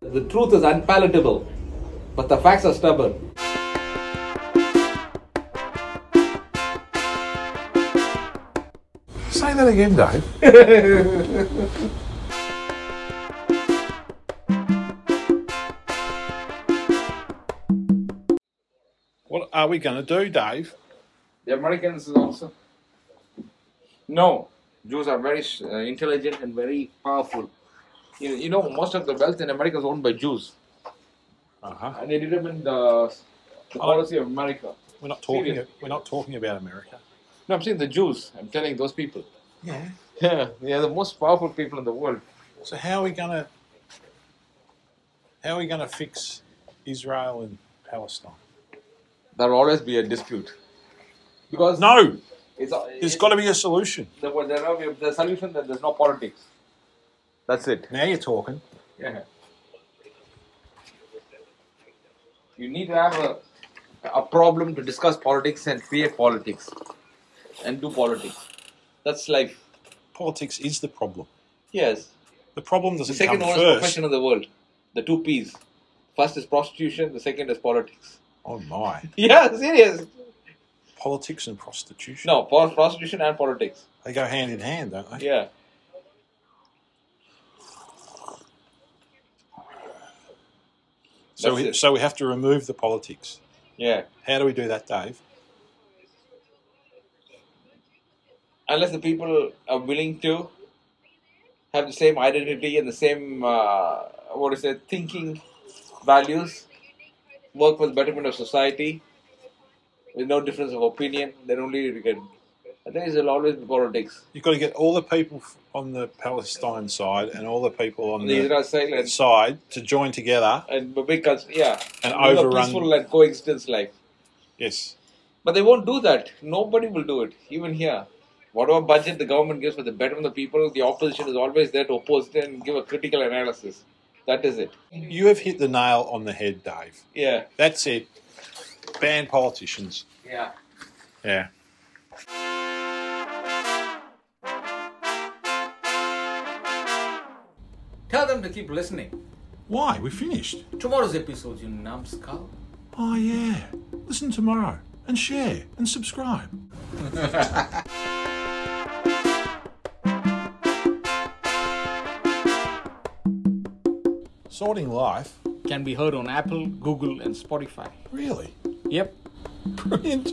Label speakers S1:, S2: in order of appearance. S1: The truth is unpalatable, but the facts are stubborn.
S2: Say that again, Dave. what are we going to do, Dave?
S3: The Americans is also. No, Jews are very uh, intelligent and very powerful. You, you know, most of the wealth in America is owned by Jews,
S2: Uh-huh.
S3: and they determine the, the policy of America.
S2: We're not talking.
S3: Serious.
S2: We're not talking about America.
S3: No, I'm saying the Jews. I'm telling those people.
S2: Yeah.
S3: Yeah, they are the most powerful people in the world.
S2: So how are we going to how are we going to fix Israel and Palestine?
S3: There will always be a dispute because
S2: No,
S3: it's,
S2: there's
S3: it's
S2: got to be a solution.
S3: the, there are, the solution that there's no politics. That's it.
S2: Now you're talking.
S3: Yeah. You need to have a, a problem to discuss politics and create politics and do politics. That's life.
S2: Politics is the problem.
S3: Yes.
S2: The problem
S3: The
S2: doesn't
S3: second
S2: come
S3: oldest
S2: first.
S3: profession in the world. The two P's. First is prostitution, the second is politics.
S2: Oh my!
S3: Yeah, serious.
S2: Politics and prostitution.
S3: No, for prostitution and politics.
S2: They go hand in hand, don't they?
S3: Yeah.
S2: so
S3: that's
S2: we,
S3: it.
S2: so we have to remove the politics.
S3: Yeah.
S2: How do we do that, Dave?
S3: unless the people are willing to have the same identity and the same uh, what is it thinking values work for the betterment of society with no difference of opinion then only you can i think there'll always be politics
S2: You've got to get all the people f- on the Palestine side and all the people on
S3: on the
S2: the
S3: israel side and,
S2: side to join together.
S3: and a big cons- yeah
S2: And
S3: live a
S2: overrun-
S3: peaceful and coexistence life
S2: Yes.
S3: but they won't do that nobody will do it even here whatever budget the government gives for the betterment of the people the opposition is always there to oppose it and give a critical analysis that is it
S2: You have hit the nail on the head, Dave.
S3: yeah
S2: That's it. Ban politicians.
S3: Yeah.
S2: Yeah.
S1: Tell them to keep listening.
S2: Why? We finished.
S1: Tomorrow's episode, you numbskull.
S2: Oh, yeah. Listen tomorrow and share and subscribe. Sorting life?
S1: Can be heard on Apple, Google, and Spotify.
S2: Really?
S1: Yep.
S2: Brilliant.